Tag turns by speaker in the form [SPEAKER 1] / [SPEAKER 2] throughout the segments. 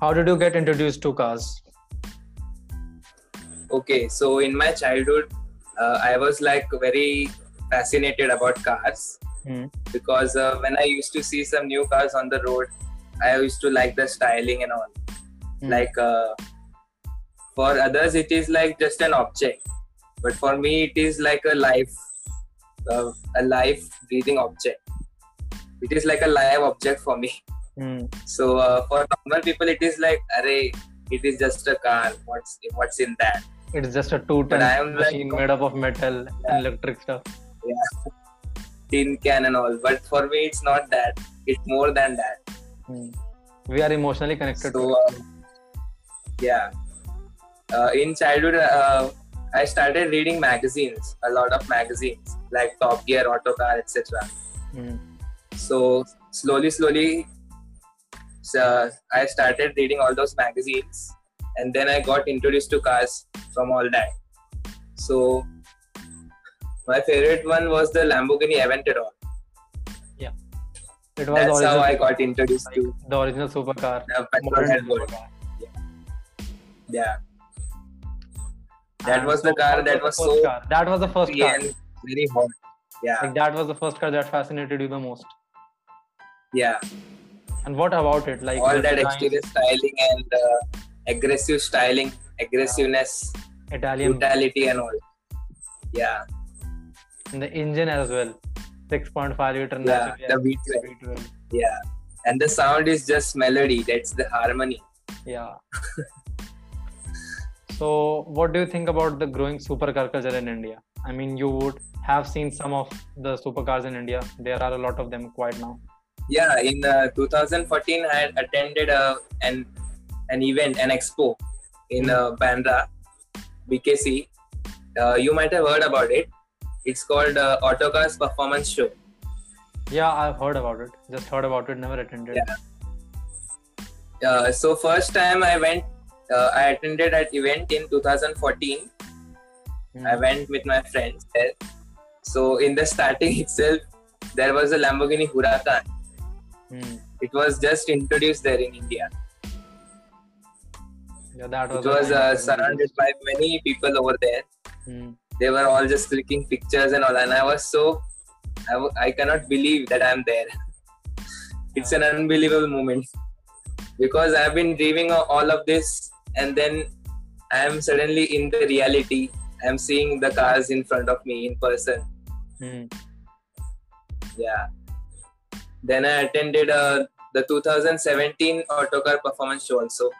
[SPEAKER 1] How did you get introduced to cars?
[SPEAKER 2] Okay, so in my childhood, uh, I was like very fascinated about cars
[SPEAKER 1] Hmm.
[SPEAKER 2] because uh, when I used to see some new cars on the road, I used to like the styling and all.
[SPEAKER 1] Hmm.
[SPEAKER 2] Like uh, for others, it is like just an object, but for me, it is like a life, uh, a life breathing object. It is like a live object for me.
[SPEAKER 1] Hmm.
[SPEAKER 2] So uh, for normal people, it is like, "Arey, it is just a car. What's what's in that?"
[SPEAKER 1] It's just a two
[SPEAKER 2] But I am
[SPEAKER 1] ton
[SPEAKER 2] like-
[SPEAKER 1] machine made up of metal
[SPEAKER 2] Yeah.
[SPEAKER 1] and electric stuff.
[SPEAKER 2] tin can and all. But for me, it's not that. It's more than that.
[SPEAKER 1] Hmm. We are emotionally connected. to
[SPEAKER 2] So, um, yeah. Uh, in childhood, uh, I started reading magazines, a lot of magazines like Top Gear, Autocar, etc.
[SPEAKER 1] it. Hmm.
[SPEAKER 2] So slowly, slowly, so I started reading all those magazines, and then I got introduced to cars from all that. So my favorite one was the Lamborghini Aventador.
[SPEAKER 1] It was
[SPEAKER 2] That's how
[SPEAKER 1] original,
[SPEAKER 2] I got introduced to
[SPEAKER 1] the original supercar. modern
[SPEAKER 2] the uh, petrol world.
[SPEAKER 1] supercar.
[SPEAKER 2] Yeah, That
[SPEAKER 1] And
[SPEAKER 2] was the
[SPEAKER 1] so
[SPEAKER 2] car that was
[SPEAKER 1] the first
[SPEAKER 2] so
[SPEAKER 1] car. That was the first car.
[SPEAKER 2] and very hot. Yeah,
[SPEAKER 1] Like that was the first car that fascinated you the most.
[SPEAKER 2] yeah.
[SPEAKER 1] And what about it? Like
[SPEAKER 2] all
[SPEAKER 1] the
[SPEAKER 2] that
[SPEAKER 1] design,
[SPEAKER 2] exterior styling and uh, aggressive styling, aggressiveness,
[SPEAKER 1] Italian,
[SPEAKER 2] brutality, and all. Yeah.
[SPEAKER 1] and the engine as well. 6.5 liter
[SPEAKER 2] yeah,
[SPEAKER 1] natural
[SPEAKER 2] the
[SPEAKER 1] gas
[SPEAKER 2] V12.
[SPEAKER 1] V12.
[SPEAKER 2] Yeah, and the sound is just melody. That's the harmony.
[SPEAKER 1] Yeah. so, what do you think about the growing supercar culture in India? I mean, you would have seen some of the supercars in India. There are a lot of them quite now.
[SPEAKER 2] Yeah, in uh, 2014, I had attended a, an an event, an expo in uh, Bandra, BKC. Uh, you might have heard about it. It's called uh, Autocars Performance Show.
[SPEAKER 1] Yeah, I've heard about it. Just heard about it, never attended.
[SPEAKER 2] Yeah. Uh, so first time I went, uh, I attended that event in 2014.
[SPEAKER 1] Hmm.
[SPEAKER 2] I went with my friends there. So in the starting itself, there was a Lamborghini Huracan.
[SPEAKER 1] Hmm.
[SPEAKER 2] It was just introduced there in India.
[SPEAKER 1] Yeah, that
[SPEAKER 2] It
[SPEAKER 1] was.
[SPEAKER 2] was
[SPEAKER 1] a
[SPEAKER 2] uh,
[SPEAKER 1] nice
[SPEAKER 2] surrounded by many people over there.
[SPEAKER 1] Hmm.
[SPEAKER 2] They were all just clicking pictures and all, and I was so I, w- I cannot believe that I'm there. It's an unbelievable moment because I've been dreaming of all of this, and then I'm suddenly in the reality. I'm seeing the cars in front of me in person.
[SPEAKER 1] Hmm.
[SPEAKER 2] Yeah. Then I attended uh, the 2017 Autocar Performance Show also.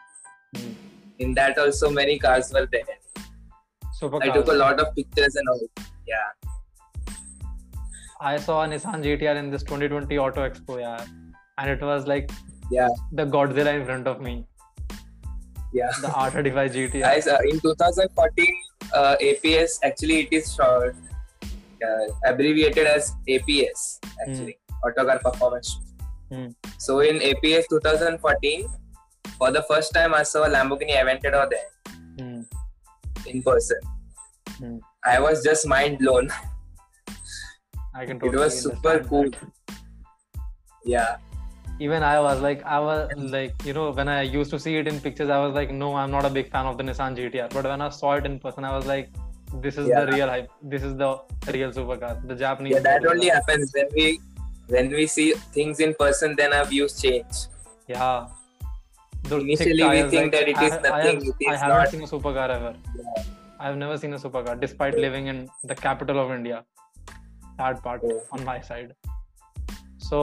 [SPEAKER 1] Hmm.
[SPEAKER 2] In that also many cars were there. I
[SPEAKER 1] Supercars.
[SPEAKER 2] took a lot of pictures and all. Yeah,
[SPEAKER 1] I saw a Nissan GTR in this 2020 Auto Expo, yeah, and it was like
[SPEAKER 2] Yeah.
[SPEAKER 1] the Godzilla in front of me,
[SPEAKER 2] yeah.
[SPEAKER 1] the R35 GTR.
[SPEAKER 2] Guys, uh, in 2014, uh, APS actually it is short, uh, abbreviated as APS actually Autocar Performance. Show.
[SPEAKER 1] Hmm.
[SPEAKER 2] So in APS 2014, for the first time I saw a Lamborghini Aventador there
[SPEAKER 1] Hmm.
[SPEAKER 2] in person.
[SPEAKER 1] Hmm.
[SPEAKER 2] I was just mind blown.
[SPEAKER 1] I can
[SPEAKER 2] It
[SPEAKER 1] totally
[SPEAKER 2] was super
[SPEAKER 1] understand
[SPEAKER 2] cool.
[SPEAKER 1] that.
[SPEAKER 2] Yeah,
[SPEAKER 1] Even I was like, I was like, you know, when I used to see it in pictures, I was like, no, I'm not a big fan of the Nissan GTR. But when I saw it in person, I was like, this is the
[SPEAKER 2] Yeah.
[SPEAKER 1] real hype. This is the real supercar, the Japanese.
[SPEAKER 2] yeah. That
[SPEAKER 1] supercar.
[SPEAKER 2] only happens when we when we see things in person. Then our views change.
[SPEAKER 1] Yeah. Those thick
[SPEAKER 2] Initially, we
[SPEAKER 1] tires,
[SPEAKER 2] think that it
[SPEAKER 1] I,
[SPEAKER 2] is
[SPEAKER 1] I
[SPEAKER 2] nothing,
[SPEAKER 1] have-
[SPEAKER 2] it
[SPEAKER 1] I
[SPEAKER 2] is
[SPEAKER 1] haven't
[SPEAKER 2] not-
[SPEAKER 1] seen a supercar ever.
[SPEAKER 2] Yeah.
[SPEAKER 1] I have never seen a supercar, despite living in the capital of India. Sad part
[SPEAKER 2] Yeah.
[SPEAKER 1] on my side. So,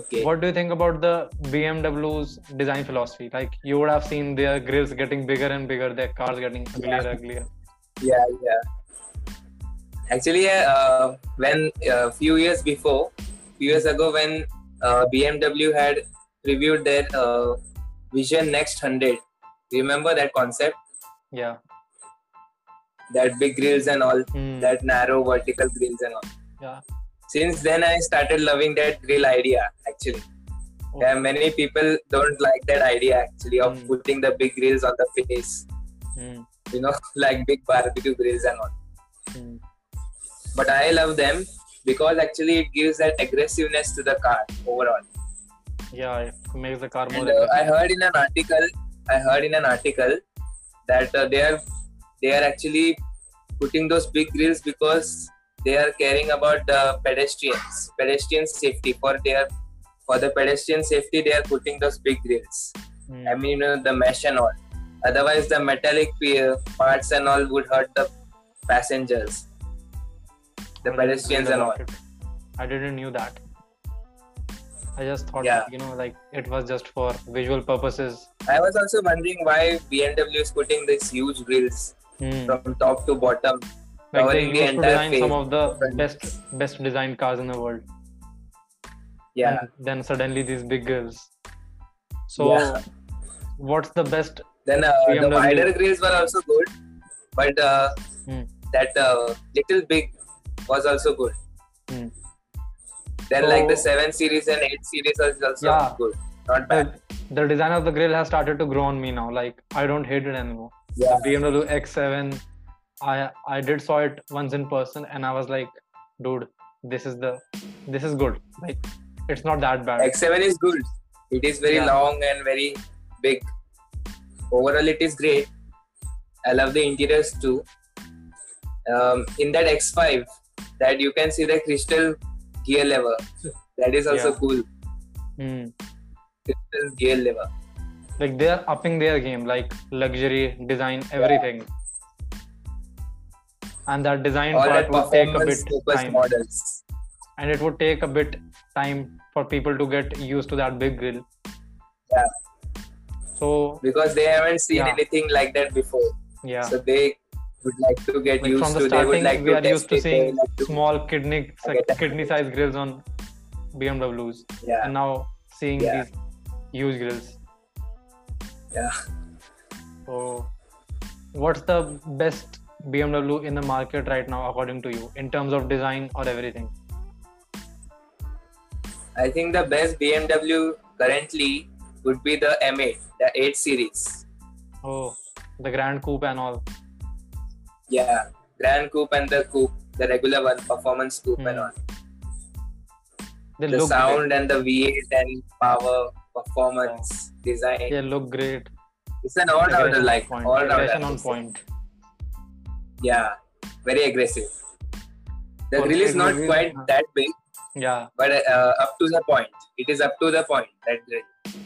[SPEAKER 2] Okay.
[SPEAKER 1] what do you think about the BMW's design philosophy? Like, you would have seen their grills getting bigger and bigger, their cars getting uglier, uglier.
[SPEAKER 2] yeah yeah actually uh, when uh, few years before few years ago when uh, bmw had reviewed their uh, vision next 100 remember that concept
[SPEAKER 1] Yeah.
[SPEAKER 2] that big grills and all
[SPEAKER 1] Hmm.
[SPEAKER 2] that narrow vertical grills and all
[SPEAKER 1] Yeah.
[SPEAKER 2] since then i started loving that grill idea actually
[SPEAKER 1] Oh.
[SPEAKER 2] There are many people don't like that idea actually of
[SPEAKER 1] Hmm.
[SPEAKER 2] putting the big grills on the face
[SPEAKER 1] Hmm.
[SPEAKER 2] you know like big barbecue grills and all
[SPEAKER 1] Hmm.
[SPEAKER 2] but I love them because actually it gives that aggressiveness to the car overall.
[SPEAKER 1] Yeah, it makes the car more.
[SPEAKER 2] And uh, I
[SPEAKER 1] aggressive.
[SPEAKER 2] heard in an article I heard in an article that uh, they are they are actually putting those big grills because they are caring about the pedestrians, pedestrian safety. For their for the pedestrian safety, they are putting those big grills.
[SPEAKER 1] Hmm.
[SPEAKER 2] I mean, you know, the mesh and all. Otherwise, the metallic pe- parts and all would hurt the passengers, the
[SPEAKER 1] I didn't
[SPEAKER 2] pedestrians
[SPEAKER 1] read
[SPEAKER 2] and all.
[SPEAKER 1] about it. I didn't knew that. I just thought,
[SPEAKER 2] Yeah.
[SPEAKER 1] you know, like it was just for visual purposes.
[SPEAKER 2] I was also wondering why BMW is putting these huge grills
[SPEAKER 1] Hmm.
[SPEAKER 2] from top to bottom.
[SPEAKER 1] Like they
[SPEAKER 2] covering the
[SPEAKER 1] used to
[SPEAKER 2] entire
[SPEAKER 1] design some
[SPEAKER 2] face.
[SPEAKER 1] of the best best designed cars in the world.
[SPEAKER 2] Yeah,
[SPEAKER 1] And then suddenly these big girls. So
[SPEAKER 2] Yeah.
[SPEAKER 1] what's the best
[SPEAKER 2] then uh, the
[SPEAKER 1] BMW.
[SPEAKER 2] wider grills were also good, but uh,
[SPEAKER 1] Hmm.
[SPEAKER 2] that uh, little big was also good.
[SPEAKER 1] Hmm.
[SPEAKER 2] Then,
[SPEAKER 1] So-
[SPEAKER 2] like the seven series and eight series was also
[SPEAKER 1] Yeah.
[SPEAKER 2] good, not bad.
[SPEAKER 1] the, the design of the grill has started to grow on me now. Like I don't hate it anymore.
[SPEAKER 2] Yeah,
[SPEAKER 1] BMW X7, I I did saw it once in person and I was like, dude, this is the this is good. Like it's not that bad.
[SPEAKER 2] X7 is good. It is very
[SPEAKER 1] Yeah.
[SPEAKER 2] long and very big. Overall, it is great. I love the interiors too. Um, in that X5, that you can see the crystal gear lever. That is also
[SPEAKER 1] Yeah.
[SPEAKER 2] cool.
[SPEAKER 1] Hmm.
[SPEAKER 2] Crystal gear lever.
[SPEAKER 1] Like they are upping their game, like luxury, design, everything. And that design
[SPEAKER 2] All
[SPEAKER 1] part
[SPEAKER 2] that
[SPEAKER 1] would take a
[SPEAKER 2] performance
[SPEAKER 1] bit
[SPEAKER 2] focused
[SPEAKER 1] time.
[SPEAKER 2] models.
[SPEAKER 1] and it would take a bit time for people to get used to that big grill.
[SPEAKER 2] Yeah.
[SPEAKER 1] So
[SPEAKER 2] Because they haven't seen
[SPEAKER 1] Yeah.
[SPEAKER 2] anything like that before.
[SPEAKER 1] yeah,
[SPEAKER 2] So they would like to get
[SPEAKER 1] like
[SPEAKER 2] used
[SPEAKER 1] from the
[SPEAKER 2] to. They would
[SPEAKER 1] starting
[SPEAKER 2] like
[SPEAKER 1] we
[SPEAKER 2] to
[SPEAKER 1] are
[SPEAKER 2] test
[SPEAKER 1] used to
[SPEAKER 2] it. They
[SPEAKER 1] seeing
[SPEAKER 2] would like to-
[SPEAKER 1] small kidney
[SPEAKER 2] get that.
[SPEAKER 1] kidney sized grills on BMWs,
[SPEAKER 2] yeah.
[SPEAKER 1] and now seeing
[SPEAKER 2] Yeah.
[SPEAKER 1] these huge grills.
[SPEAKER 2] Yeah.
[SPEAKER 1] So, what's the best BMW in the market right now, according to you, in terms of design or everything?
[SPEAKER 2] I think the best BMW currently would be the M8, the 8 series.
[SPEAKER 1] Oh, the Grand Coupe and all.
[SPEAKER 2] Yeah, Grand Coupe and the Coupe, the regular one, performance coupe and
[SPEAKER 1] Hmm.
[SPEAKER 2] all.
[SPEAKER 1] They
[SPEAKER 2] The
[SPEAKER 1] look
[SPEAKER 2] sound and the V8 and power, performance, design.
[SPEAKER 1] Great. They look great.
[SPEAKER 2] It's an all rounder,
[SPEAKER 1] Oh. Aggression on
[SPEAKER 2] like
[SPEAKER 1] point.
[SPEAKER 2] all
[SPEAKER 1] Aggression on
[SPEAKER 2] rounder.
[SPEAKER 1] point.
[SPEAKER 2] Yeah, very aggressive. The
[SPEAKER 1] For
[SPEAKER 2] grill is
[SPEAKER 1] it
[SPEAKER 2] not
[SPEAKER 1] will be-
[SPEAKER 2] quite
[SPEAKER 1] uh-huh.
[SPEAKER 2] that big,
[SPEAKER 1] Yeah,
[SPEAKER 2] but uh, up to the point. It is up to the point, that grill.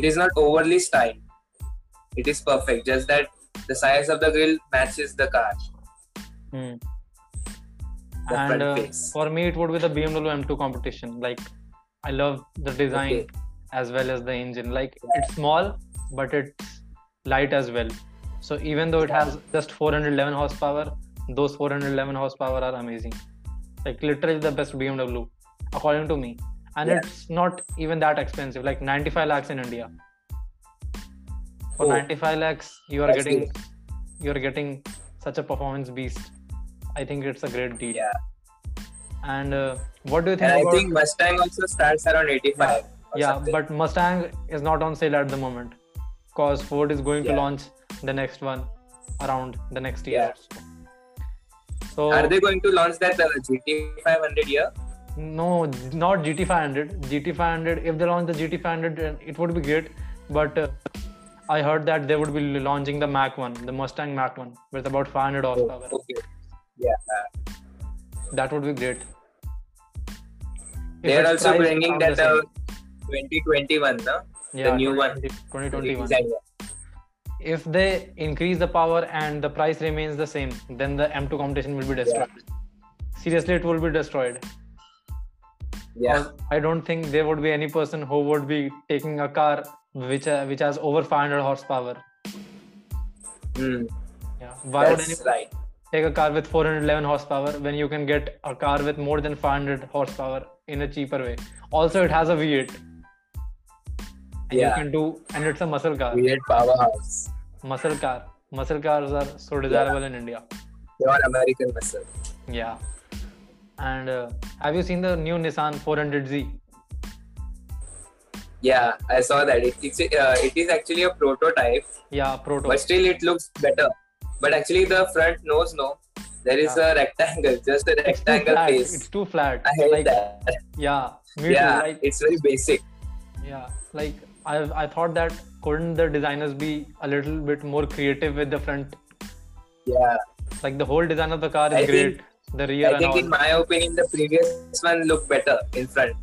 [SPEAKER 2] It is not overly styled. It is perfect, just that the size of the grill matches the car.
[SPEAKER 1] Hmm.
[SPEAKER 2] The
[SPEAKER 1] and
[SPEAKER 2] front
[SPEAKER 1] uh,
[SPEAKER 2] face.
[SPEAKER 1] for me it would be the BMW M2 competition. Like I love the design
[SPEAKER 2] Okay.
[SPEAKER 1] as well as the engine. Like it's small, but it's light as well. So even though it has just 411 horsepower, those 411 horsepower are amazing. Like literally the best BMW, according to me. And
[SPEAKER 2] Yeah.
[SPEAKER 1] it's not even that expensive. Like 95 lakhs in India. For
[SPEAKER 2] Oh.
[SPEAKER 1] 95 lakhs, you are
[SPEAKER 2] That's
[SPEAKER 1] getting you're getting such a performance beast. I think it's a great deal.
[SPEAKER 2] Yeah.
[SPEAKER 1] And uh, what do you think
[SPEAKER 2] And I
[SPEAKER 1] about?
[SPEAKER 2] think Mustang also starts around 85. or
[SPEAKER 1] yeah,
[SPEAKER 2] something.
[SPEAKER 1] but Mustang is not on sale at the moment, cause Ford is going to
[SPEAKER 2] Yeah.
[SPEAKER 1] launch the next one around the next year.
[SPEAKER 2] Yeah.
[SPEAKER 1] So
[SPEAKER 2] Are they going to launch that uh, GT 500 here?
[SPEAKER 1] no, not GT500. GT500. If they launch the GT500, then it would be great. But uh, I heard that they would be launching the Mac one, the Mustang Mac one, with about 500 horsepower.
[SPEAKER 2] okay. Yeah.
[SPEAKER 1] That would be great. If
[SPEAKER 2] They are
[SPEAKER 1] it's
[SPEAKER 2] also
[SPEAKER 1] priced
[SPEAKER 2] bringing
[SPEAKER 1] around
[SPEAKER 2] that
[SPEAKER 1] the same.
[SPEAKER 2] uh, 2021, no?
[SPEAKER 1] yeah,
[SPEAKER 2] new one.
[SPEAKER 1] 2020 2021.
[SPEAKER 2] Design one.
[SPEAKER 1] If they increase the power and the price remains the same, then the M2 competition will be destroyed. Seriously, it will be destroyed.
[SPEAKER 2] Yeah.
[SPEAKER 1] I don't think there would be any person who would be taking a car which uh, which has over 500 horsepower.
[SPEAKER 2] Hmm.
[SPEAKER 1] Yeah. Why would
[SPEAKER 2] That's
[SPEAKER 1] anyone
[SPEAKER 2] right.
[SPEAKER 1] take a car with 411 horsepower when you can get a car with more than 500 horsepower in a cheaper way? Also, it has a V8. And
[SPEAKER 2] Yeah.
[SPEAKER 1] you can do, and it's a muscle car.
[SPEAKER 2] Weird powerhouse.
[SPEAKER 1] muscle car muscle cars are so desirable in india
[SPEAKER 2] They are American muscle.
[SPEAKER 1] yeah and uh, have you seen the new nissan 400z
[SPEAKER 2] Yeah, I saw that. It, it's, uh, it is actually a prototype,
[SPEAKER 1] yeah proto
[SPEAKER 2] but still it looks better. But actually, the front nose, no. There is
[SPEAKER 1] Yeah.
[SPEAKER 2] a rectangle, just a
[SPEAKER 1] it's too
[SPEAKER 2] rectangle
[SPEAKER 1] flat
[SPEAKER 2] face.
[SPEAKER 1] it's too flat
[SPEAKER 2] I hate
[SPEAKER 1] like
[SPEAKER 2] that.
[SPEAKER 1] yeah me
[SPEAKER 2] yeah,
[SPEAKER 1] too like
[SPEAKER 2] it's very basic.
[SPEAKER 1] yeah like i i thought that couldn't the designers be a little bit more creative with the front?
[SPEAKER 2] yeah
[SPEAKER 1] Like the whole design of the car
[SPEAKER 2] I
[SPEAKER 1] is
[SPEAKER 2] think-
[SPEAKER 1] great, the rear
[SPEAKER 2] I
[SPEAKER 1] and
[SPEAKER 2] think,
[SPEAKER 1] all.
[SPEAKER 2] in my opinion, the previous one looked better in front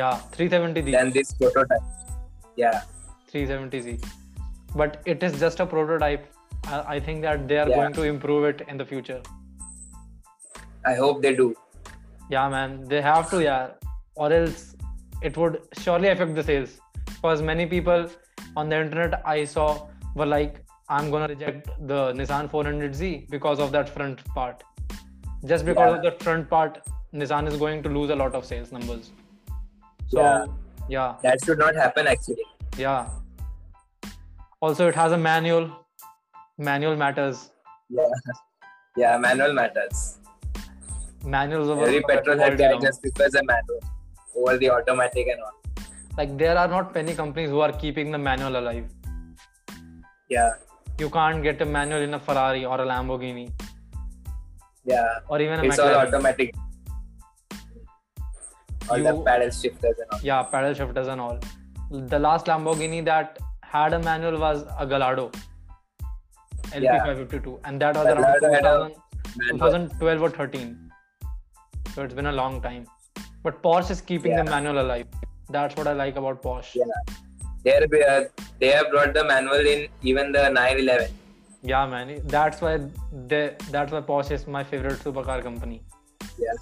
[SPEAKER 1] yeah, 370D.
[SPEAKER 2] than this prototype. Yeah,
[SPEAKER 1] 370Z. But it is just a prototype. I, I think that they are
[SPEAKER 2] Yeah.
[SPEAKER 1] going to improve it in the future.
[SPEAKER 2] I hope they do.
[SPEAKER 1] Yeah, man, they have to, yeah, or else it would surely affect the sales. Because many people on the internet I saw were like, I'm gonna reject the Nissan 400Z because of that front part. Just because
[SPEAKER 2] Yeah.
[SPEAKER 1] of the front part, Nissan is going to lose a lot of sales numbers. So,
[SPEAKER 2] Yeah.
[SPEAKER 1] yeah.
[SPEAKER 2] That should not happen actually.
[SPEAKER 1] Yeah. Also, it has a manual. Manual matters.
[SPEAKER 2] Yeah, yeah, manual matters.
[SPEAKER 1] Manuals of
[SPEAKER 2] Every petrol head guy just prefers a manual over the automatic and all.
[SPEAKER 1] like there are not many companies who are keeping the manual alive.
[SPEAKER 2] Yeah,
[SPEAKER 1] You can't get a manual in a Ferrari or a Lamborghini
[SPEAKER 2] yeah.
[SPEAKER 1] or even a
[SPEAKER 2] It's all
[SPEAKER 1] McLaren.
[SPEAKER 2] automatic. All the
[SPEAKER 1] You-
[SPEAKER 2] paddle shifters and all.
[SPEAKER 1] yeah, paddle shifters and all. The last Lamborghini that had a manual was a Gallardo LP552, and that was around
[SPEAKER 2] Gallardo had a
[SPEAKER 1] 2000
[SPEAKER 2] Manual.
[SPEAKER 1] 2012 or 13. So it's been a long time. But Porsche is keeping the
[SPEAKER 2] Yeah.
[SPEAKER 1] manual alive. That's what I like about Porsche.
[SPEAKER 2] Yeah. They're, they are- they have brought the manual in even the 911.
[SPEAKER 1] Yeah, man. That's why they, that's why Porsche is my favorite supercar company
[SPEAKER 2] Yeah,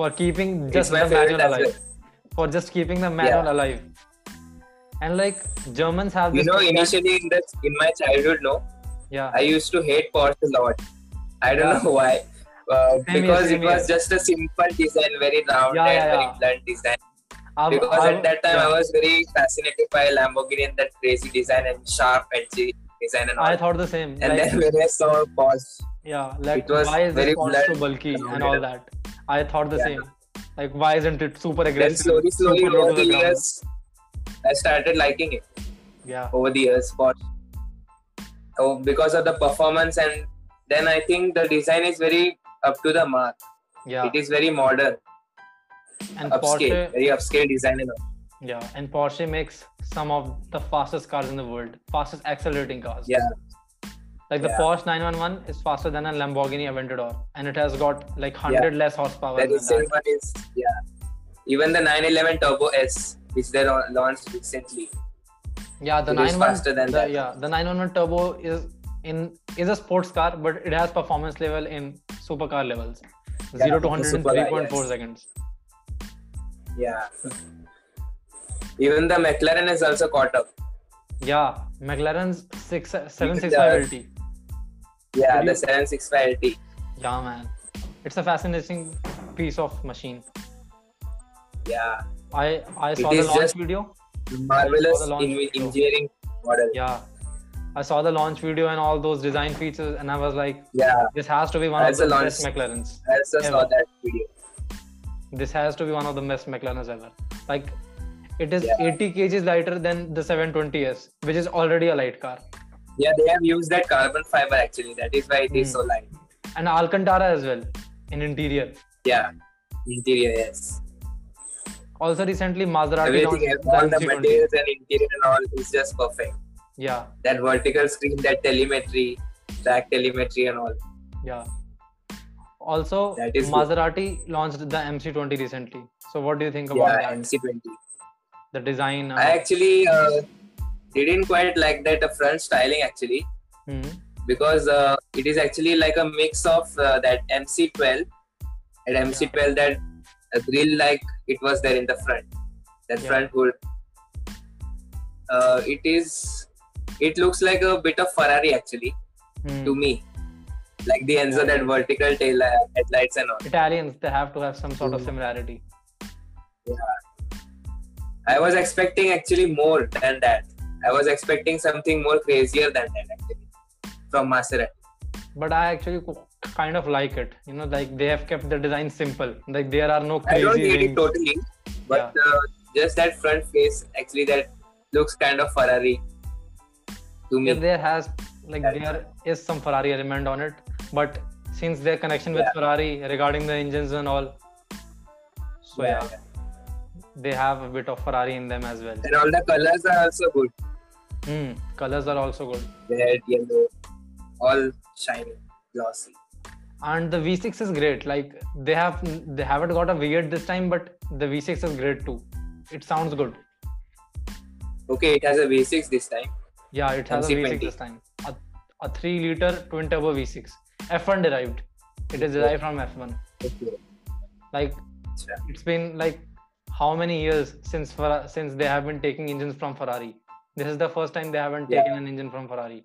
[SPEAKER 1] for keeping just the
[SPEAKER 2] my favorite
[SPEAKER 1] manual
[SPEAKER 2] as
[SPEAKER 1] alive.
[SPEAKER 2] well.
[SPEAKER 1] For just keeping the manual
[SPEAKER 2] Yeah.
[SPEAKER 1] alive. And like Germans have
[SPEAKER 2] you
[SPEAKER 1] this
[SPEAKER 2] know
[SPEAKER 1] thing that-
[SPEAKER 2] initially in this in my childhood no
[SPEAKER 1] yeah
[SPEAKER 2] i used to hate porsche a lot i
[SPEAKER 1] Yeah.
[SPEAKER 2] don't know why uh,
[SPEAKER 1] Same here,
[SPEAKER 2] because
[SPEAKER 1] same
[SPEAKER 2] it was
[SPEAKER 1] here.
[SPEAKER 2] just a simple design very rounded
[SPEAKER 1] Yeah, yeah,
[SPEAKER 2] very
[SPEAKER 1] yeah.
[SPEAKER 2] blunt design
[SPEAKER 1] I've-
[SPEAKER 2] because
[SPEAKER 1] I've-
[SPEAKER 2] at that time
[SPEAKER 1] yeah.
[SPEAKER 2] i was very fascinated by lamborghini and that crazy design and sharp edgy design and all
[SPEAKER 1] I thought the same.
[SPEAKER 2] and
[SPEAKER 1] like,
[SPEAKER 2] then when i saw porsche
[SPEAKER 1] yeah, like
[SPEAKER 2] was
[SPEAKER 1] why is
[SPEAKER 2] very
[SPEAKER 1] this Porsche so
[SPEAKER 2] blunt
[SPEAKER 1] bulky
[SPEAKER 2] and
[SPEAKER 1] and all that? I thought the
[SPEAKER 2] Yeah.
[SPEAKER 1] same. Like why isn't it super
[SPEAKER 2] then
[SPEAKER 1] aggressive?
[SPEAKER 2] slowly slowly
[SPEAKER 1] super low
[SPEAKER 2] over
[SPEAKER 1] to
[SPEAKER 2] the
[SPEAKER 1] ground?
[SPEAKER 2] years i started liking it
[SPEAKER 1] Yeah,
[SPEAKER 2] over the years porsche oh, because of the performance and then i think the design is very up to the mark
[SPEAKER 1] yeah.
[SPEAKER 2] it is very modern
[SPEAKER 1] And
[SPEAKER 2] upscale,
[SPEAKER 1] Porsche,
[SPEAKER 2] very upscale design and all.
[SPEAKER 1] yeah, and Porsche makes some of the fastest cars in the world, fastest accelerating cars.
[SPEAKER 2] Yeah,
[SPEAKER 1] Like the
[SPEAKER 2] Yeah.
[SPEAKER 1] Porsche 911 is faster than a Lamborghini Aventador, and it has got like 100 less horsepower
[SPEAKER 2] that
[SPEAKER 1] than
[SPEAKER 2] is same
[SPEAKER 1] that.
[SPEAKER 2] one is yeah. Even the 911 Turbo S, which they lau- launched recently.
[SPEAKER 1] Yeah, the
[SPEAKER 2] It is
[SPEAKER 1] 911.
[SPEAKER 2] faster than
[SPEAKER 1] the-
[SPEAKER 2] that.
[SPEAKER 1] Yeah, the 911 Turbo is in is a sports car, but it has performance level in supercar levels. Zero to
[SPEAKER 2] it's a
[SPEAKER 1] 100 in
[SPEAKER 2] supercar,
[SPEAKER 1] 3.4
[SPEAKER 2] yes.
[SPEAKER 1] seconds.
[SPEAKER 2] Yeah. Even the McLaren is also caught up.
[SPEAKER 1] Yeah, McLaren's six uh, seven six
[SPEAKER 2] Yeah.
[SPEAKER 1] five LT.
[SPEAKER 2] Yeah,
[SPEAKER 1] Did
[SPEAKER 2] the
[SPEAKER 1] you-
[SPEAKER 2] 765 LT.
[SPEAKER 1] Yeah, man, it's a fascinating piece of machine.
[SPEAKER 2] Yeah,
[SPEAKER 1] I I saw the
[SPEAKER 2] is
[SPEAKER 1] launch
[SPEAKER 2] just-
[SPEAKER 1] video.
[SPEAKER 2] marvelous
[SPEAKER 1] For the launch
[SPEAKER 2] in-
[SPEAKER 1] video.
[SPEAKER 2] engineering model.
[SPEAKER 1] Yeah, I saw the launch video and all those design features, and I was like,
[SPEAKER 2] Yeah,
[SPEAKER 1] this has to be one
[SPEAKER 2] That's
[SPEAKER 1] of
[SPEAKER 2] a
[SPEAKER 1] the
[SPEAKER 2] launch.
[SPEAKER 1] best McLarens.
[SPEAKER 2] I also saw
[SPEAKER 1] Ever.
[SPEAKER 2] that video.
[SPEAKER 1] This has to be one of the best McLarens ever. Like, it is
[SPEAKER 2] Yeah.
[SPEAKER 1] 80 kgs lighter than the 720s, which is already a light car,
[SPEAKER 2] Yeah, they have used that carbon fiber actually. That is why it is
[SPEAKER 1] Hmm.
[SPEAKER 2] so light.
[SPEAKER 1] and Alcantara as well in interior.
[SPEAKER 2] Yeah, interior yes.
[SPEAKER 1] Also, recently Maserati
[SPEAKER 2] everything
[SPEAKER 1] launched
[SPEAKER 2] else, all
[SPEAKER 1] the
[SPEAKER 2] the
[SPEAKER 1] MC20.
[SPEAKER 2] materials and interior and all is just perfect.
[SPEAKER 1] Yeah,
[SPEAKER 2] That vertical screen, that telemetry, track telemetry and all.
[SPEAKER 1] yeah. Also,
[SPEAKER 2] That is good.
[SPEAKER 1] Maserati launched the MC20 recently. So, what do you think about
[SPEAKER 2] Yeah,
[SPEAKER 1] that?
[SPEAKER 2] MC20.
[SPEAKER 1] Uh-huh. The design.
[SPEAKER 2] I actually uh, didn't quite like that uh, front styling actually
[SPEAKER 1] hmm
[SPEAKER 2] because uh, it is actually like a mix of uh, that MC12 and MC12 that uh, grill like it was there in the front, that
[SPEAKER 1] Yeah.
[SPEAKER 2] front hood. Uh, it is. It looks like a bit of Ferrari actually.
[SPEAKER 1] hmm.
[SPEAKER 2] to me. Like the ends of that vertical tail uh, headlights and all.
[SPEAKER 1] Italians, they have to have some sort of
[SPEAKER 2] Hmm.
[SPEAKER 1] similarity.
[SPEAKER 2] I was expecting actually more than that. I was expecting something more crazier than that actually from Maserati.
[SPEAKER 1] but I actually co- kind of like it. You know, like they have kept the design simple. Like there are no
[SPEAKER 2] I
[SPEAKER 1] crazy
[SPEAKER 2] don't hate it
[SPEAKER 1] wings.
[SPEAKER 2] totally, but uh, just that front face actually that looks kind of Ferrari to me.
[SPEAKER 1] Yeah, there has like
[SPEAKER 2] That's-
[SPEAKER 1] there is some Ferrari element on it, but since their connection with
[SPEAKER 2] Yeah.
[SPEAKER 1] Ferrari regarding the engines and all, so yeah, they have a bit of Ferrari in them as well.
[SPEAKER 2] And all the colors are also good.
[SPEAKER 1] Hmm. Colors are also good.
[SPEAKER 2] red, yellow, all shiny, glossy.
[SPEAKER 1] And the V6 is great. Like they have they haven't got a V8 this time, but the V6 is great too. It sounds good.
[SPEAKER 2] Okay, it has a V6 this time.
[SPEAKER 1] Yeah, it has a
[SPEAKER 2] MC20.
[SPEAKER 1] V6 this time. A, a 3 liter twin turbo V6. F1 derived. It is derived from F1.
[SPEAKER 2] Okay.
[SPEAKER 1] Like
[SPEAKER 2] Sure.
[SPEAKER 1] it's been like how many years since Ferra- since they have been taking engines from Ferrari? This is the first time they haven't
[SPEAKER 2] Yeah.
[SPEAKER 1] taken an engine from Ferrari.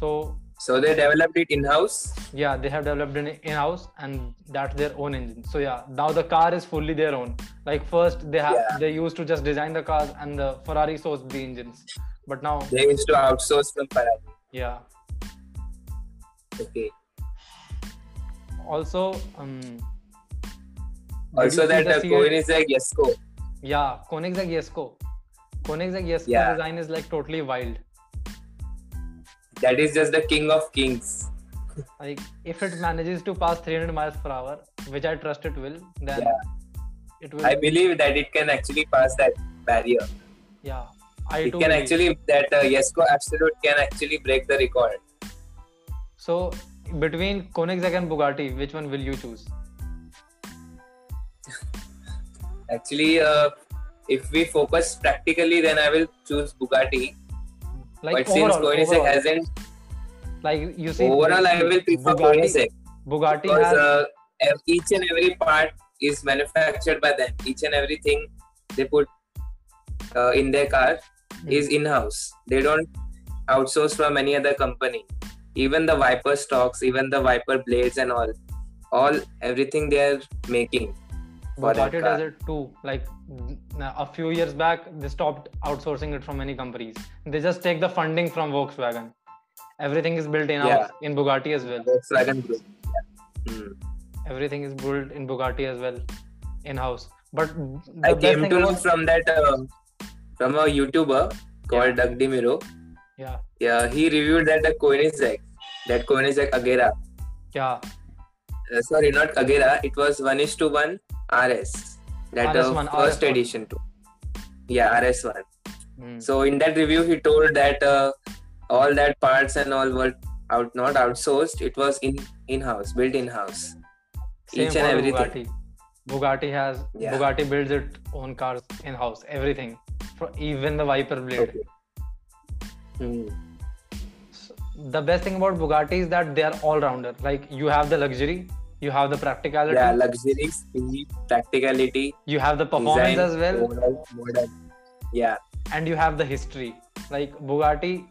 [SPEAKER 1] So
[SPEAKER 2] So they developed it in house.
[SPEAKER 1] yeah they have developed an in-house and that's their own engine so yeah now the car is fully their own like first they have
[SPEAKER 2] Yeah.
[SPEAKER 1] they used to just design the cars and the ferrari sourced the engines but now
[SPEAKER 2] They used to outsource from Ferrari.
[SPEAKER 1] yeah
[SPEAKER 2] Okay.
[SPEAKER 1] also um did
[SPEAKER 2] Also
[SPEAKER 1] you see
[SPEAKER 2] that
[SPEAKER 1] the
[SPEAKER 2] uh,
[SPEAKER 1] C8?
[SPEAKER 2] Cohen is like Yesco.
[SPEAKER 1] yeah koenigsegg yesco koenigsegg yesco
[SPEAKER 2] Yeah.
[SPEAKER 1] design is like totally wild
[SPEAKER 2] That is just the king of kings.
[SPEAKER 1] like if it manages to pass 300 miles per hour which i trust it will then it will
[SPEAKER 2] I believe that it can actually pass that barrier.
[SPEAKER 1] yeah i
[SPEAKER 2] It
[SPEAKER 1] do
[SPEAKER 2] can
[SPEAKER 1] believe.
[SPEAKER 2] actually that uh, Yesco Absolute can actually break the record.
[SPEAKER 1] so between koenigsegg and bugatti which one will you choose
[SPEAKER 2] Actually, uh, if we focus practically, then I will choose Bugatti.
[SPEAKER 1] like
[SPEAKER 2] but since
[SPEAKER 1] overall,
[SPEAKER 2] Koenigsegg
[SPEAKER 1] overall.
[SPEAKER 2] hasn't,
[SPEAKER 1] like you see
[SPEAKER 2] overall I will prefer
[SPEAKER 1] Bugatti,
[SPEAKER 2] Koenigsegg.
[SPEAKER 1] Bugatti
[SPEAKER 2] because
[SPEAKER 1] has
[SPEAKER 2] uh, ev- each and every part is manufactured by them. Each and everything they put uh, in their car
[SPEAKER 1] Hmm.
[SPEAKER 2] is in house. They don't outsource from any other company. Even the wiper stocks, even the wiper blades, and all, all everything they are making. for their
[SPEAKER 1] Bugatti
[SPEAKER 2] car.
[SPEAKER 1] does it too like n- a few years back they stopped outsourcing it from many companies they just take the funding from Volkswagen everything is built in house in Bugatti as well
[SPEAKER 2] Volkswagen Group. Yeah. Hmm.
[SPEAKER 1] everything is built in Bugatti as well in house but the
[SPEAKER 2] I
[SPEAKER 1] best
[SPEAKER 2] came
[SPEAKER 1] thing
[SPEAKER 2] to know
[SPEAKER 1] about-
[SPEAKER 2] from that uh, from a YouTuber called Doug DeMiro.
[SPEAKER 1] yeah
[SPEAKER 2] Yeah, he reviewed that the Koenigsegg, that Koenigsegg Agera.
[SPEAKER 1] yeah
[SPEAKER 2] Uh, sorry, not Agera. It was one is to one RS. That uh,
[SPEAKER 1] RS1,
[SPEAKER 2] first
[SPEAKER 1] RS1.
[SPEAKER 2] edition too. Yeah, RS one.
[SPEAKER 1] Mm.
[SPEAKER 2] So in that review, he told that uh, all that parts and all were out not outsourced. It was in in house, built in house.
[SPEAKER 1] Same
[SPEAKER 2] each
[SPEAKER 1] for
[SPEAKER 2] and
[SPEAKER 1] the
[SPEAKER 2] everything.
[SPEAKER 1] Bugatti. Bugatti has
[SPEAKER 2] Yeah.
[SPEAKER 1] Bugatti builds its own cars in house everything for even the wiper blade
[SPEAKER 2] Okay. Hmm.
[SPEAKER 1] the best thing about Bugatti is that they are all rounder. Like you have the luxury, you have the practicality,
[SPEAKER 2] Yeah, luxury, speed, practicality,
[SPEAKER 1] you have the performance
[SPEAKER 2] design,
[SPEAKER 1] as well,
[SPEAKER 2] overall, modern. Yeah,
[SPEAKER 1] and you have the history. Like Bugatti,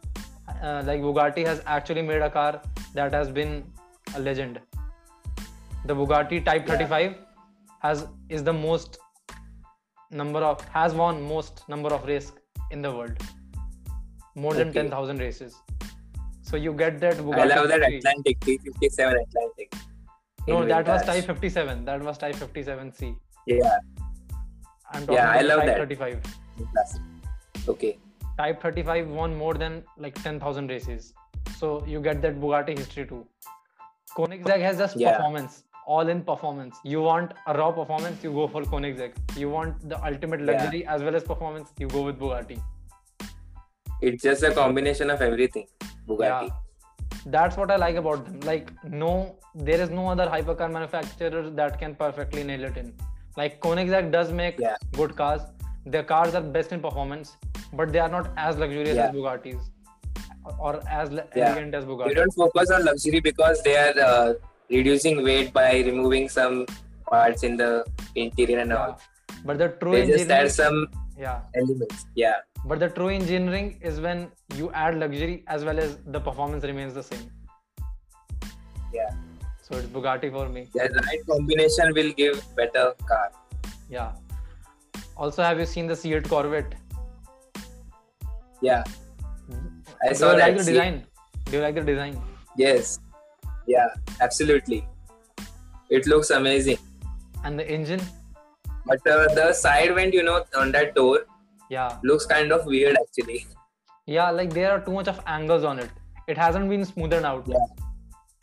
[SPEAKER 1] uh, like Bugatti has actually made a car that has been a legend. The Bugatti Type
[SPEAKER 2] Yeah.
[SPEAKER 1] 35 has is the most number of has won most number of race in the world, more than
[SPEAKER 2] Okay.
[SPEAKER 1] 10,000 races. So you get that Bugatti.
[SPEAKER 2] I love that
[SPEAKER 1] history.
[SPEAKER 2] Atlantic 357 Atlantic. in
[SPEAKER 1] No, that was
[SPEAKER 2] vintage.
[SPEAKER 1] Type 57. That was Type 57C.
[SPEAKER 2] Yeah,
[SPEAKER 1] I'm talking
[SPEAKER 2] Yeah, I
[SPEAKER 1] about
[SPEAKER 2] love
[SPEAKER 1] Type
[SPEAKER 2] that.
[SPEAKER 1] 35.
[SPEAKER 2] classic. Okay.
[SPEAKER 1] Type 35 won more than like 10,000 races. So you get that Bugatti history too. Koenigsegg has just
[SPEAKER 2] Yeah.
[SPEAKER 1] performance, all in performance. You want a raw performance, you go for Koenigsegg. You want the ultimate
[SPEAKER 2] Yeah.
[SPEAKER 1] luxury as well as performance, you go with Bugatti.
[SPEAKER 2] it's just a combination of everything bugatti
[SPEAKER 1] That's what I like about them. Like, no, there is no other hypercar manufacturer that can perfectly nail it in. Like, Koenigsegg does make
[SPEAKER 2] Yeah.
[SPEAKER 1] good cars. Their cars are best in performance, but they are not as luxurious
[SPEAKER 2] Yeah.
[SPEAKER 1] as Bugattis or as le-
[SPEAKER 2] Yeah.
[SPEAKER 1] elegant as
[SPEAKER 2] you
[SPEAKER 1] Bugatti.
[SPEAKER 2] don't focus on luxury because they are uh, reducing weight by removing some parts in the interior and all
[SPEAKER 1] Yeah. But the true
[SPEAKER 2] they just
[SPEAKER 1] engineering,
[SPEAKER 2] add some
[SPEAKER 1] yeah.
[SPEAKER 2] elements yeah
[SPEAKER 1] But the true engineering is when you add luxury as well as the performance remains the same.
[SPEAKER 2] Yeah.
[SPEAKER 1] So it's Bugatti for me.
[SPEAKER 2] the right combination will give better car
[SPEAKER 1] Yeah. Also, have you seen the C8 Corvette?
[SPEAKER 2] yeah i
[SPEAKER 1] Do
[SPEAKER 2] saw
[SPEAKER 1] you
[SPEAKER 2] that
[SPEAKER 1] like the
[SPEAKER 2] See,
[SPEAKER 1] design? Do you like the design?
[SPEAKER 2] yes yeah absolutely it looks amazing
[SPEAKER 1] And the engine?
[SPEAKER 2] but uh, the side vent you know on that door
[SPEAKER 1] Yeah.
[SPEAKER 2] looks kind of weird actually
[SPEAKER 1] Yeah, like there are too much of angles on it. It hasn't been smoothened out.
[SPEAKER 2] Yeah.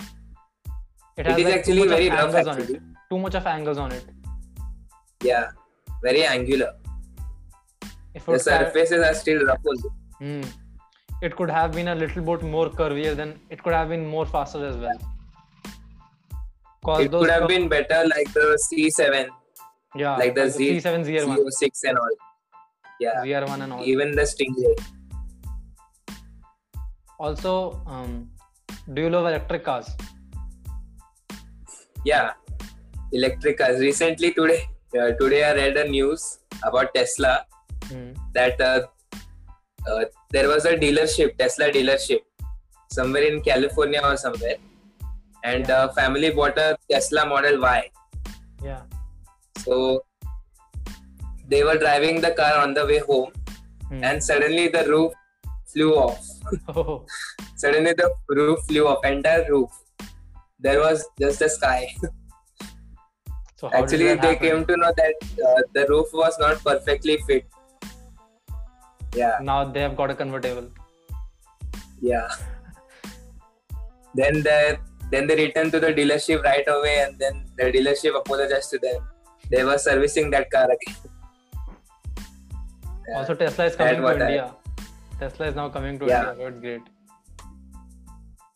[SPEAKER 1] It
[SPEAKER 2] It
[SPEAKER 1] has
[SPEAKER 2] is
[SPEAKER 1] like,
[SPEAKER 2] actually
[SPEAKER 1] too much
[SPEAKER 2] very
[SPEAKER 1] of
[SPEAKER 2] rough,
[SPEAKER 1] angles on
[SPEAKER 2] actually.
[SPEAKER 1] it. Too much of angles on it.
[SPEAKER 2] yeah very angular
[SPEAKER 1] If it
[SPEAKER 2] The
[SPEAKER 1] would have-
[SPEAKER 2] surfaces are still ruffled.
[SPEAKER 1] Hmm. It could have been a little bit more curvier than it could have been more faster as well. Cause
[SPEAKER 2] It could have been better like uh, the C7,
[SPEAKER 1] yeah,
[SPEAKER 2] like the Z-
[SPEAKER 1] Z seven ZR one,
[SPEAKER 2] CO6 and all. Yeah,
[SPEAKER 1] ZR one and all.
[SPEAKER 2] even the Stingray.
[SPEAKER 1] Also, um, do you love electric cars?
[SPEAKER 2] Yeah, electric cars. Recently today, uh, today I read a news about Tesla
[SPEAKER 1] Hmm.
[SPEAKER 2] that uh, uh, there was a dealership, Tesla dealership, somewhere in California or somewhere, and
[SPEAKER 1] Yeah.
[SPEAKER 2] uh, family bought a Tesla Model Y.
[SPEAKER 1] Yeah.
[SPEAKER 2] So they were driving the car on the way home,
[SPEAKER 1] Hmm.
[SPEAKER 2] and suddenly the roof flew off.
[SPEAKER 1] oh,
[SPEAKER 2] Suddenly the roof flew off, entire roof. There was just the sky.
[SPEAKER 1] so how
[SPEAKER 2] Actually,
[SPEAKER 1] did that
[SPEAKER 2] they
[SPEAKER 1] happen?
[SPEAKER 2] came to know that uh, the roof was not perfectly fit. Yeah,
[SPEAKER 1] Now they have got a convertible.
[SPEAKER 2] yeah. then they then they returned to the dealership right away, and then the dealership apologized to them. They were servicing that car again. Yeah.
[SPEAKER 1] Also, Tesla is
[SPEAKER 2] That
[SPEAKER 1] coming to
[SPEAKER 2] what I-
[SPEAKER 1] India. Tesla is now coming to
[SPEAKER 2] Yeah.
[SPEAKER 1] India. That's great.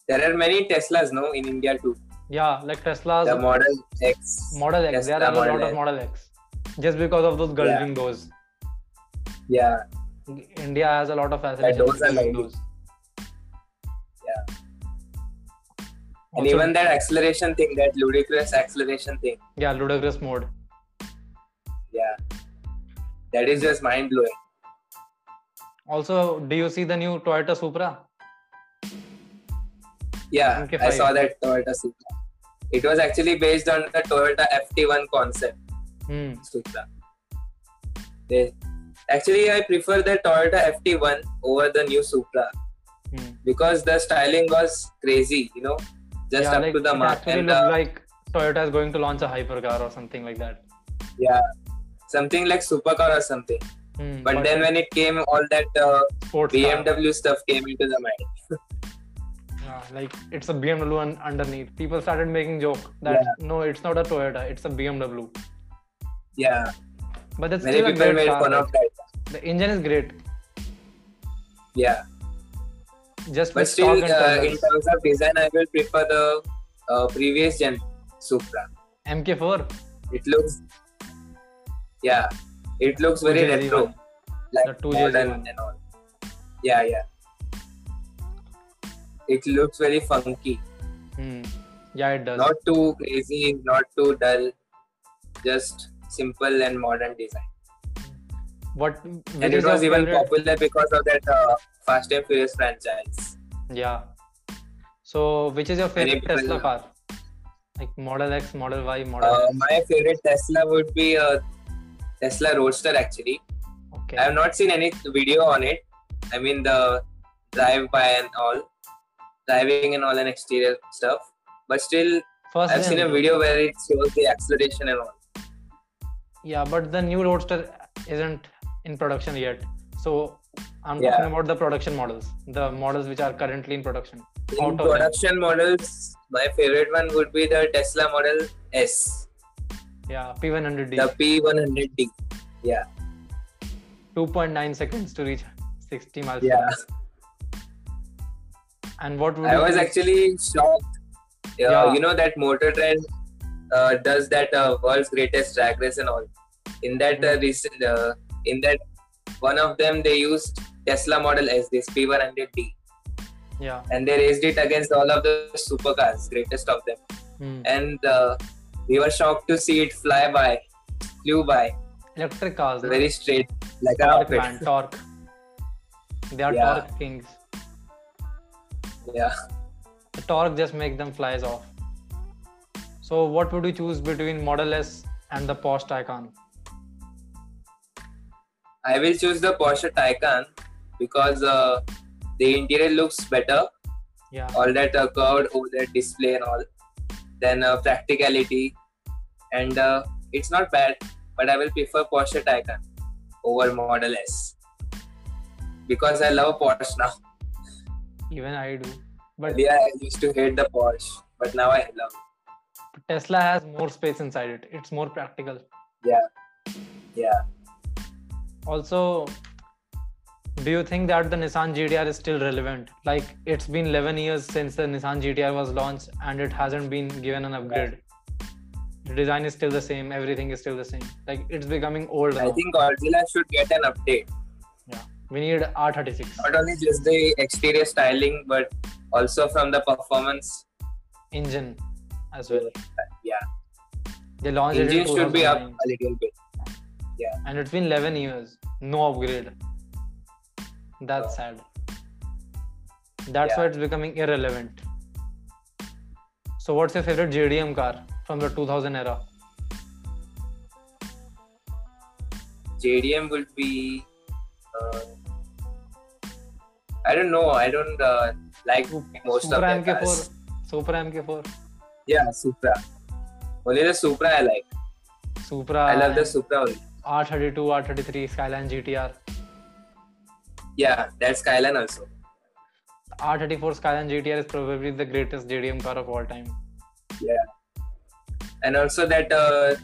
[SPEAKER 2] There are many Teslas, no, in India too.
[SPEAKER 1] Yeah, like Tesla's
[SPEAKER 2] The Model X.
[SPEAKER 1] Model X.
[SPEAKER 2] Tesla
[SPEAKER 1] there are a
[SPEAKER 2] Model
[SPEAKER 1] lot of
[SPEAKER 2] X.
[SPEAKER 1] Model X. Just because of those gulving doors.
[SPEAKER 2] Yeah,
[SPEAKER 1] India has a lot of facilities.
[SPEAKER 2] doors
[SPEAKER 1] for
[SPEAKER 2] are
[SPEAKER 1] gulving
[SPEAKER 2] like-
[SPEAKER 1] doors.
[SPEAKER 2] Yeah. and
[SPEAKER 1] Also,
[SPEAKER 2] even that acceleration thing, that ludicrous acceleration thing.
[SPEAKER 1] yeah, ludicrous mode.
[SPEAKER 2] Yeah, that is just mind blowing.
[SPEAKER 1] Also, do you see the new Toyota Supra?
[SPEAKER 2] Yeah,
[SPEAKER 1] MK5.
[SPEAKER 2] I saw that Toyota Supra. It was actually based on the Toyota FT1 concept
[SPEAKER 1] Hmm.
[SPEAKER 2] Supra. They, actually, I prefer the Toyota FT1 over the new Supra
[SPEAKER 1] hmm.
[SPEAKER 2] because the styling was crazy. You know, just
[SPEAKER 1] yeah,
[SPEAKER 2] up
[SPEAKER 1] like,
[SPEAKER 2] to the
[SPEAKER 1] it
[SPEAKER 2] mark
[SPEAKER 1] actually
[SPEAKER 2] and
[SPEAKER 1] looks
[SPEAKER 2] uh,
[SPEAKER 1] like Toyota is going to launch a hypercar or something like that.
[SPEAKER 2] yeah, something like supercar or something.
[SPEAKER 1] Hmm.
[SPEAKER 2] But then when it came, all that uh,
[SPEAKER 1] sports car.
[SPEAKER 2] BMW stuff came into the mind.
[SPEAKER 1] Yeah, like it's a BMW un- underneath. People started making joke that no, it's not a Toyota, it's a BMW.
[SPEAKER 2] Yeah,
[SPEAKER 1] But that's
[SPEAKER 2] many
[SPEAKER 1] still a
[SPEAKER 2] people
[SPEAKER 1] great
[SPEAKER 2] made
[SPEAKER 1] car.
[SPEAKER 2] fun
[SPEAKER 1] like,
[SPEAKER 2] of that.
[SPEAKER 1] The engine is great.
[SPEAKER 2] Yeah.
[SPEAKER 1] Just
[SPEAKER 2] But
[SPEAKER 1] with torque
[SPEAKER 2] still,
[SPEAKER 1] and
[SPEAKER 2] uh, in
[SPEAKER 1] turbulence.
[SPEAKER 2] terms of design, I will prefer the uh, previous gen Supra.
[SPEAKER 1] MK4.
[SPEAKER 2] It looks, yeah, it looks very
[SPEAKER 1] 2JZ1.
[SPEAKER 2] retro, like
[SPEAKER 1] The 2JZ1.
[SPEAKER 2] modern and all. Yeah, yeah. It looks very funky,
[SPEAKER 1] Hmm. Yeah, it does.
[SPEAKER 2] not too crazy, not too dull, just simple and modern design.
[SPEAKER 1] what?
[SPEAKER 2] And
[SPEAKER 1] which
[SPEAKER 2] it
[SPEAKER 1] is your
[SPEAKER 2] was even
[SPEAKER 1] favorite-
[SPEAKER 2] popular because of that uh, Fast and Furious franchise.
[SPEAKER 1] Yeah. So, which is your favorite
[SPEAKER 2] people-
[SPEAKER 1] Tesla car? Like Model X, Model Y, Model.
[SPEAKER 2] Uh, my favorite Tesla would be uh, Tesla Roadster actually.
[SPEAKER 1] okay.
[SPEAKER 2] I have not seen any video on it. I mean the drive by and all, driving and all and exterior stuff. But still,
[SPEAKER 1] First,
[SPEAKER 2] I've seen a
[SPEAKER 1] gen.
[SPEAKER 2] video where it shows the acceleration and all.
[SPEAKER 1] Yeah, but the new Roadster isn't in production yet. So, I'm
[SPEAKER 2] Yeah.
[SPEAKER 1] talking about the production models, the models which are currently in production.
[SPEAKER 2] In
[SPEAKER 1] Out of
[SPEAKER 2] production models, my favorite one would be the Tesla Model S,
[SPEAKER 1] Yeah, P100D.
[SPEAKER 2] the P100D.
[SPEAKER 1] 2.9 seconds to reach 60 miles. per
[SPEAKER 2] Yeah,
[SPEAKER 1] hour. And what would
[SPEAKER 2] I
[SPEAKER 1] you
[SPEAKER 2] was
[SPEAKER 1] think-
[SPEAKER 2] actually shocked. Yeah,
[SPEAKER 1] Yeah.
[SPEAKER 2] you know that Motor Trend uh, does that uh, world's greatest drag race and all. In that uh,
[SPEAKER 1] Mhm.
[SPEAKER 2] recent, uh, in that one of them, they used Tesla Model S, this P100D,
[SPEAKER 1] Yeah.
[SPEAKER 2] and they raced it against all of the supercars, greatest of them.
[SPEAKER 1] Hmm.
[SPEAKER 2] And uh, we were shocked to see it fly by, flew by,
[SPEAKER 1] Electric cars. no?
[SPEAKER 2] very straight, like a
[SPEAKER 1] torque,
[SPEAKER 2] rocket.
[SPEAKER 1] man. Torque. They are
[SPEAKER 2] Yeah.
[SPEAKER 1] torque kings.
[SPEAKER 2] Yeah,
[SPEAKER 1] The torque just makes them flies off. So, what would you choose between Model S and the Porsche Taycan?
[SPEAKER 2] I will choose the Porsche Taycan because uh, the interior looks better.
[SPEAKER 1] Yeah.
[SPEAKER 2] all that uh, curved over that display and all then uh, practicality and uh, it's not bad but i will prefer porsche taycan over model s because i love porsche now
[SPEAKER 1] Even I do. But
[SPEAKER 2] earlier i used to hate the porsche but now i love it.
[SPEAKER 1] Tesla has more space inside it. It's more practical.
[SPEAKER 2] yeah yeah
[SPEAKER 1] also do you think that the nissan gtr is still relevant like it's been 11 years since the nissan gtr was launched and it hasn't been given an upgrade the design is still the same everything is still the same like it's becoming old
[SPEAKER 2] I
[SPEAKER 1] now.
[SPEAKER 2] think Godzilla should get an update.
[SPEAKER 1] we need r36
[SPEAKER 2] Not only just the exterior styling, but also from the performance.
[SPEAKER 1] engine as well
[SPEAKER 2] Yeah.
[SPEAKER 1] they launched it in
[SPEAKER 2] Engine should be up
[SPEAKER 1] 2009,
[SPEAKER 2] a little bit.
[SPEAKER 1] and it's been 11 years no upgrade that's sad that's
[SPEAKER 2] Yeah.
[SPEAKER 1] why it's becoming irrelevant so what's your favorite jdm car from the 2000 era
[SPEAKER 2] JDM would be. Uh, I don't know. I don't uh, like most
[SPEAKER 1] Supra
[SPEAKER 2] of the
[SPEAKER 1] MK4
[SPEAKER 2] cars.
[SPEAKER 1] Supra MK4
[SPEAKER 2] Yeah, Supra. Only the Supra I like.
[SPEAKER 1] Supra
[SPEAKER 2] I love the Supra only.
[SPEAKER 1] R32 R33 Skyline GTR
[SPEAKER 2] Yeah, that Skyline also.
[SPEAKER 1] R34 Skyline GTR is probably the greatest JDM car of all time
[SPEAKER 2] Yeah. And also that uh,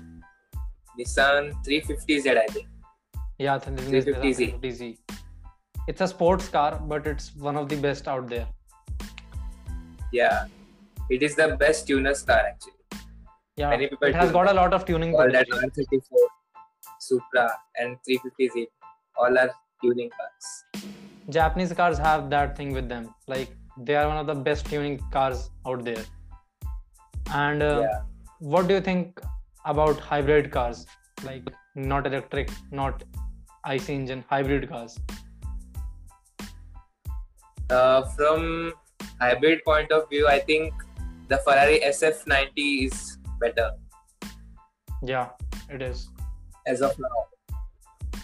[SPEAKER 2] Nissan 350Z I think.
[SPEAKER 1] yeah 350Z
[SPEAKER 2] 350Z.
[SPEAKER 1] it's a sports car but it's one of the best out there
[SPEAKER 2] Yeah. It is the best tuner's car actually.
[SPEAKER 1] yeah
[SPEAKER 2] Many people
[SPEAKER 1] it has
[SPEAKER 2] do.
[SPEAKER 1] got a lot of tuning
[SPEAKER 2] all that
[SPEAKER 1] potential.
[SPEAKER 2] 134 Supra and 350Z all are tuning cars.
[SPEAKER 1] Japanese cars have that thing with them like they are one of the best tuning cars out there and uh,
[SPEAKER 2] yeah,
[SPEAKER 1] what do you think about hybrid cars like not electric not ic engine hybrid cars
[SPEAKER 2] uh, from hybrid point of view, I think the Ferrari SF90 is better
[SPEAKER 1] yeah it is
[SPEAKER 2] as of now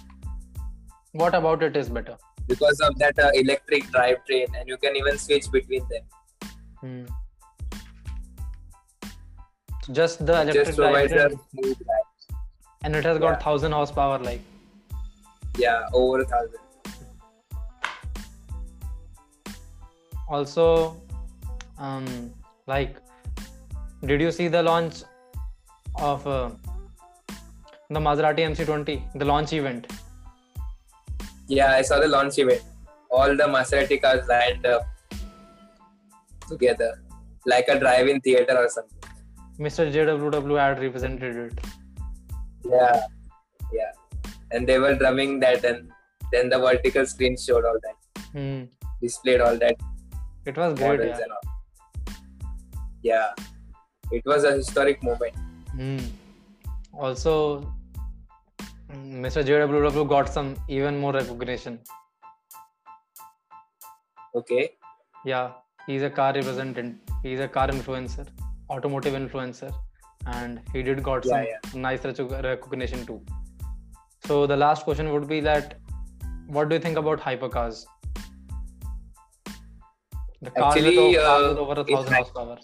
[SPEAKER 1] what about it is better
[SPEAKER 2] because of that uh, electric drivetrain, and you can even switch between them.
[SPEAKER 1] Hmm. just the electric
[SPEAKER 2] Just provides a
[SPEAKER 1] drivetrain
[SPEAKER 2] smooth ride.
[SPEAKER 1] and it has got
[SPEAKER 2] yeah.
[SPEAKER 1] 1000 horsepower like
[SPEAKER 2] Yeah, over a thousand.
[SPEAKER 1] also um like did you see the launch of uh, the maserati mc20 the launch event
[SPEAKER 2] Yeah, I saw the launch event. All the Maserati cars lined up together, like a drive-in theater or something.
[SPEAKER 1] mr jww had represented it
[SPEAKER 2] Yeah, yeah. And they were drumming that, and then the vertical screen showed all that,
[SPEAKER 1] Hmm.
[SPEAKER 2] displayed all that
[SPEAKER 1] it was great
[SPEAKER 2] models
[SPEAKER 1] yeah.
[SPEAKER 2] and all. Yeah, it was a historic moment.
[SPEAKER 1] Hmm. Also, mm, Mr. JWW got some even more recognition.
[SPEAKER 2] Okay,
[SPEAKER 1] Yeah, he's a car representative. He's a car influencer, automotive influencer, and he did got
[SPEAKER 2] Yeah,
[SPEAKER 1] some nice recu- recognition too. So the last question would be that, what do you think about hypercars? The cars with
[SPEAKER 2] Actually,
[SPEAKER 1] o- cars
[SPEAKER 2] uh,
[SPEAKER 1] with over a
[SPEAKER 2] it's
[SPEAKER 1] thousand
[SPEAKER 2] like-
[SPEAKER 1] horsepower.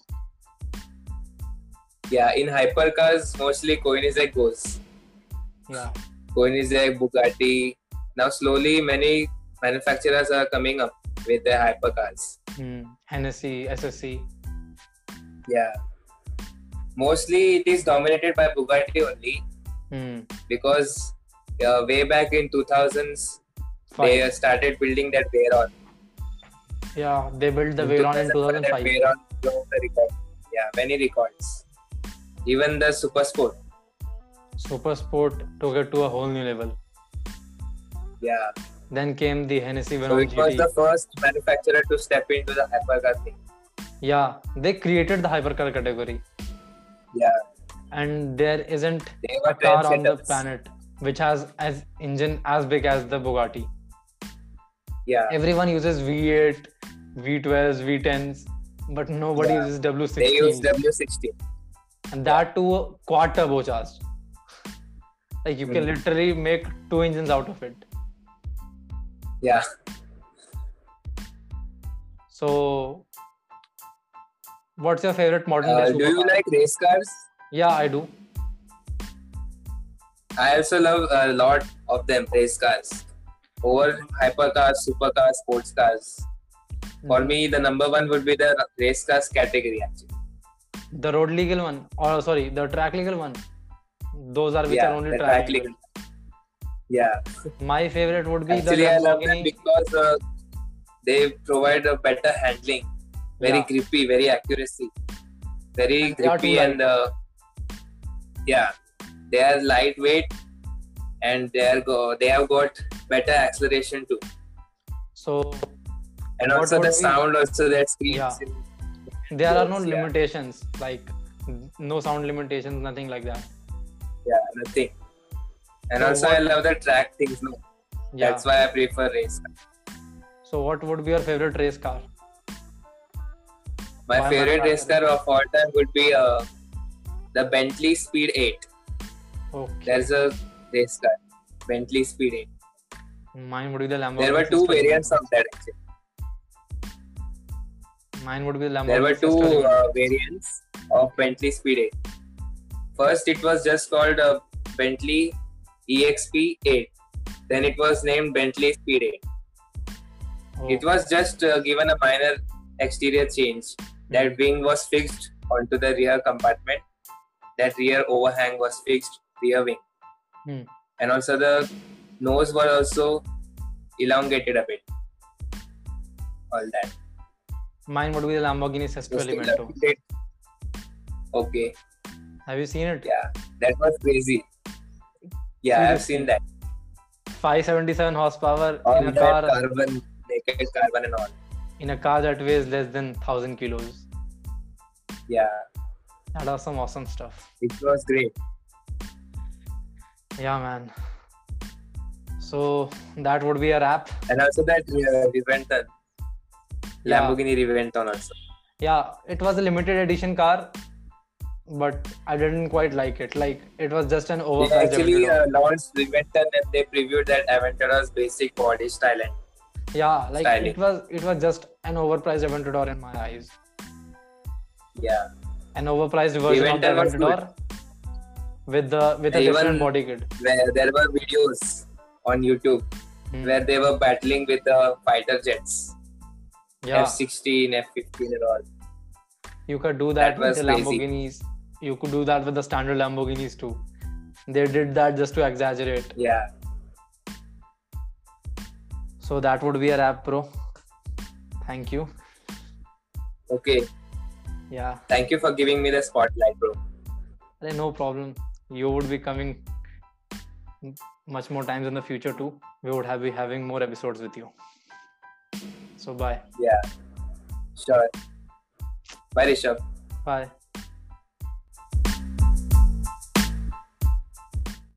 [SPEAKER 2] yeah. In hypercars, mostly Koenigsegg goes.
[SPEAKER 1] Yeah,
[SPEAKER 2] Koenigsegg, Bugatti. Now slowly, many manufacturers are coming up with their hypercars.
[SPEAKER 1] Hmm. Hennessy, SSC.
[SPEAKER 2] Yeah. Mostly, it is dominated by Bugatti only
[SPEAKER 1] Hmm.
[SPEAKER 2] because uh, way back in 2000s,
[SPEAKER 1] Five.
[SPEAKER 2] they started building that Veyron.
[SPEAKER 1] Yeah, they built the Veyron in 2005.
[SPEAKER 2] That Veyron broke the record. Yeah, many records. Even the Super Sport.
[SPEAKER 1] super sport took it to a whole new level
[SPEAKER 2] Yeah.
[SPEAKER 1] then came the hennessy
[SPEAKER 2] so
[SPEAKER 1] venom
[SPEAKER 2] it was
[SPEAKER 1] gt
[SPEAKER 2] the first manufacturer to step into the hypercar thing.
[SPEAKER 1] yeah they created the hypercar category
[SPEAKER 2] Yeah.
[SPEAKER 1] and there isn't a
[SPEAKER 2] They were
[SPEAKER 1] car on the
[SPEAKER 2] trendsetters.
[SPEAKER 1] planet which has as engine as big as the bugatti
[SPEAKER 2] Yeah.
[SPEAKER 1] everyone uses v8 v12s v10s but nobody
[SPEAKER 2] Yeah.
[SPEAKER 1] uses
[SPEAKER 2] They
[SPEAKER 1] w16
[SPEAKER 2] used W60.
[SPEAKER 1] and that too a quad turbocharged like you can
[SPEAKER 2] Hmm.
[SPEAKER 1] literally make two engines out of it
[SPEAKER 2] Yeah.
[SPEAKER 1] so what's your favorite model
[SPEAKER 2] Uh, do you like race cars?
[SPEAKER 1] yeah i do
[SPEAKER 2] I also love a lot of them, race cars. Over hypercars, supercars, sports cars.
[SPEAKER 1] Hmm.
[SPEAKER 2] For me, the number one would be the race cars category actually.
[SPEAKER 1] the road legal one or sorry the track legal one those are which
[SPEAKER 2] yeah,
[SPEAKER 1] are only
[SPEAKER 2] the
[SPEAKER 1] track,
[SPEAKER 2] track legal. yeah
[SPEAKER 1] My favorite would be
[SPEAKER 2] actually
[SPEAKER 1] the
[SPEAKER 2] i love them
[SPEAKER 1] Lamborghini.
[SPEAKER 2] because uh, they provide a better handling very
[SPEAKER 1] Yeah.
[SPEAKER 2] grippy very accuracy very
[SPEAKER 1] And they are
[SPEAKER 2] grippy
[SPEAKER 1] too
[SPEAKER 2] and uh, yeah they are lightweight and they are go they have got better acceleration too
[SPEAKER 1] So
[SPEAKER 2] and
[SPEAKER 1] What
[SPEAKER 2] also the
[SPEAKER 1] would we-
[SPEAKER 2] sound also that screams
[SPEAKER 1] Yeah.
[SPEAKER 2] in-
[SPEAKER 1] there are no
[SPEAKER 2] Yes, yeah.
[SPEAKER 1] limitations, like no sound limitations, nothing like that.
[SPEAKER 2] yeah nothing and
[SPEAKER 1] So
[SPEAKER 2] also i love the track things no?
[SPEAKER 1] Yeah.
[SPEAKER 2] that's why i prefer race car.
[SPEAKER 1] So what would be your favorite race car?
[SPEAKER 2] my
[SPEAKER 1] Why am I
[SPEAKER 2] favorite
[SPEAKER 1] track
[SPEAKER 2] race car
[SPEAKER 1] racer?
[SPEAKER 2] of all time would be uh, the bentley speed 8
[SPEAKER 1] Okay.
[SPEAKER 2] there's a race car bentley speed 8
[SPEAKER 1] Mine would be the Lamborghini.
[SPEAKER 2] there were two
[SPEAKER 1] sister.
[SPEAKER 2] variants of that actually.
[SPEAKER 1] Mine would be the Lamborghini.
[SPEAKER 2] there were two
[SPEAKER 1] sister.
[SPEAKER 2] uh, variants of bentley speed 8 first it was just called uh, bentley E exp 8 then it was named bentley speed 8
[SPEAKER 1] Oh,
[SPEAKER 2] It was just uh, given a minor exterior change.
[SPEAKER 1] Hmm.
[SPEAKER 2] That wing was fixed onto the rear compartment. That rear overhang was fixed, rear wing.
[SPEAKER 1] Hmm.
[SPEAKER 2] And also the nose was also elongated a bit. All that.
[SPEAKER 1] Mine would be the Lamborghini Sesto
[SPEAKER 2] Those things
[SPEAKER 1] Elemento.
[SPEAKER 2] are- Okay,
[SPEAKER 1] Have you seen it?
[SPEAKER 2] yeah. That was crazy. Yeah, I've
[SPEAKER 1] Seriously.
[SPEAKER 2] seen that.
[SPEAKER 1] 577 horsepower
[SPEAKER 2] All
[SPEAKER 1] in a
[SPEAKER 2] that
[SPEAKER 1] car
[SPEAKER 2] carbon, naked carbon and all.
[SPEAKER 1] in a car that weighs less than thousand kilos.
[SPEAKER 2] Yeah,
[SPEAKER 1] That was some awesome stuff.
[SPEAKER 2] it was great.
[SPEAKER 1] Yeah, man. So that would be a wrap.
[SPEAKER 2] And also that uh, Reventon.
[SPEAKER 1] Yeah.
[SPEAKER 2] Lamborghini Reventon also.
[SPEAKER 1] Yeah, it was a limited edition car, but I didn't quite like it. Like it was just an
[SPEAKER 2] They
[SPEAKER 1] overpriced.
[SPEAKER 2] actually
[SPEAKER 1] Aventador.
[SPEAKER 2] uh, launched Reventon and they previewed that Aventador's basic body style and
[SPEAKER 1] yeah, like
[SPEAKER 2] styling.
[SPEAKER 1] it was it was just an overpriced Aventador in my eyes.
[SPEAKER 2] yeah.
[SPEAKER 1] An overpriced version of the
[SPEAKER 2] Aventador was good.
[SPEAKER 1] Aventador with the with a
[SPEAKER 2] Even-
[SPEAKER 1] different body kit.
[SPEAKER 2] Where there were videos on YouTube
[SPEAKER 1] Hmm.
[SPEAKER 2] where they were battling with the fighter jets.
[SPEAKER 1] Yeah,
[SPEAKER 2] F-16, F-15 and all.
[SPEAKER 1] you could do
[SPEAKER 2] that
[SPEAKER 1] that, with
[SPEAKER 2] was
[SPEAKER 1] the
[SPEAKER 2] crazy.
[SPEAKER 1] Lamborghinis. You could do that with the standard Lamborghinis too. They did that just to exaggerate.
[SPEAKER 2] Yeah.
[SPEAKER 1] So that would be a wrap, bro. Thank you.
[SPEAKER 2] Okay.
[SPEAKER 1] Yeah.
[SPEAKER 2] Thank you for giving me the spotlight, bro.
[SPEAKER 1] Hey, no problem. You would be coming m- much more times in the future too. We would have be having more episodes with you. So bye.
[SPEAKER 2] Yeah. Sure. Bye, Rishabh.
[SPEAKER 1] Bye.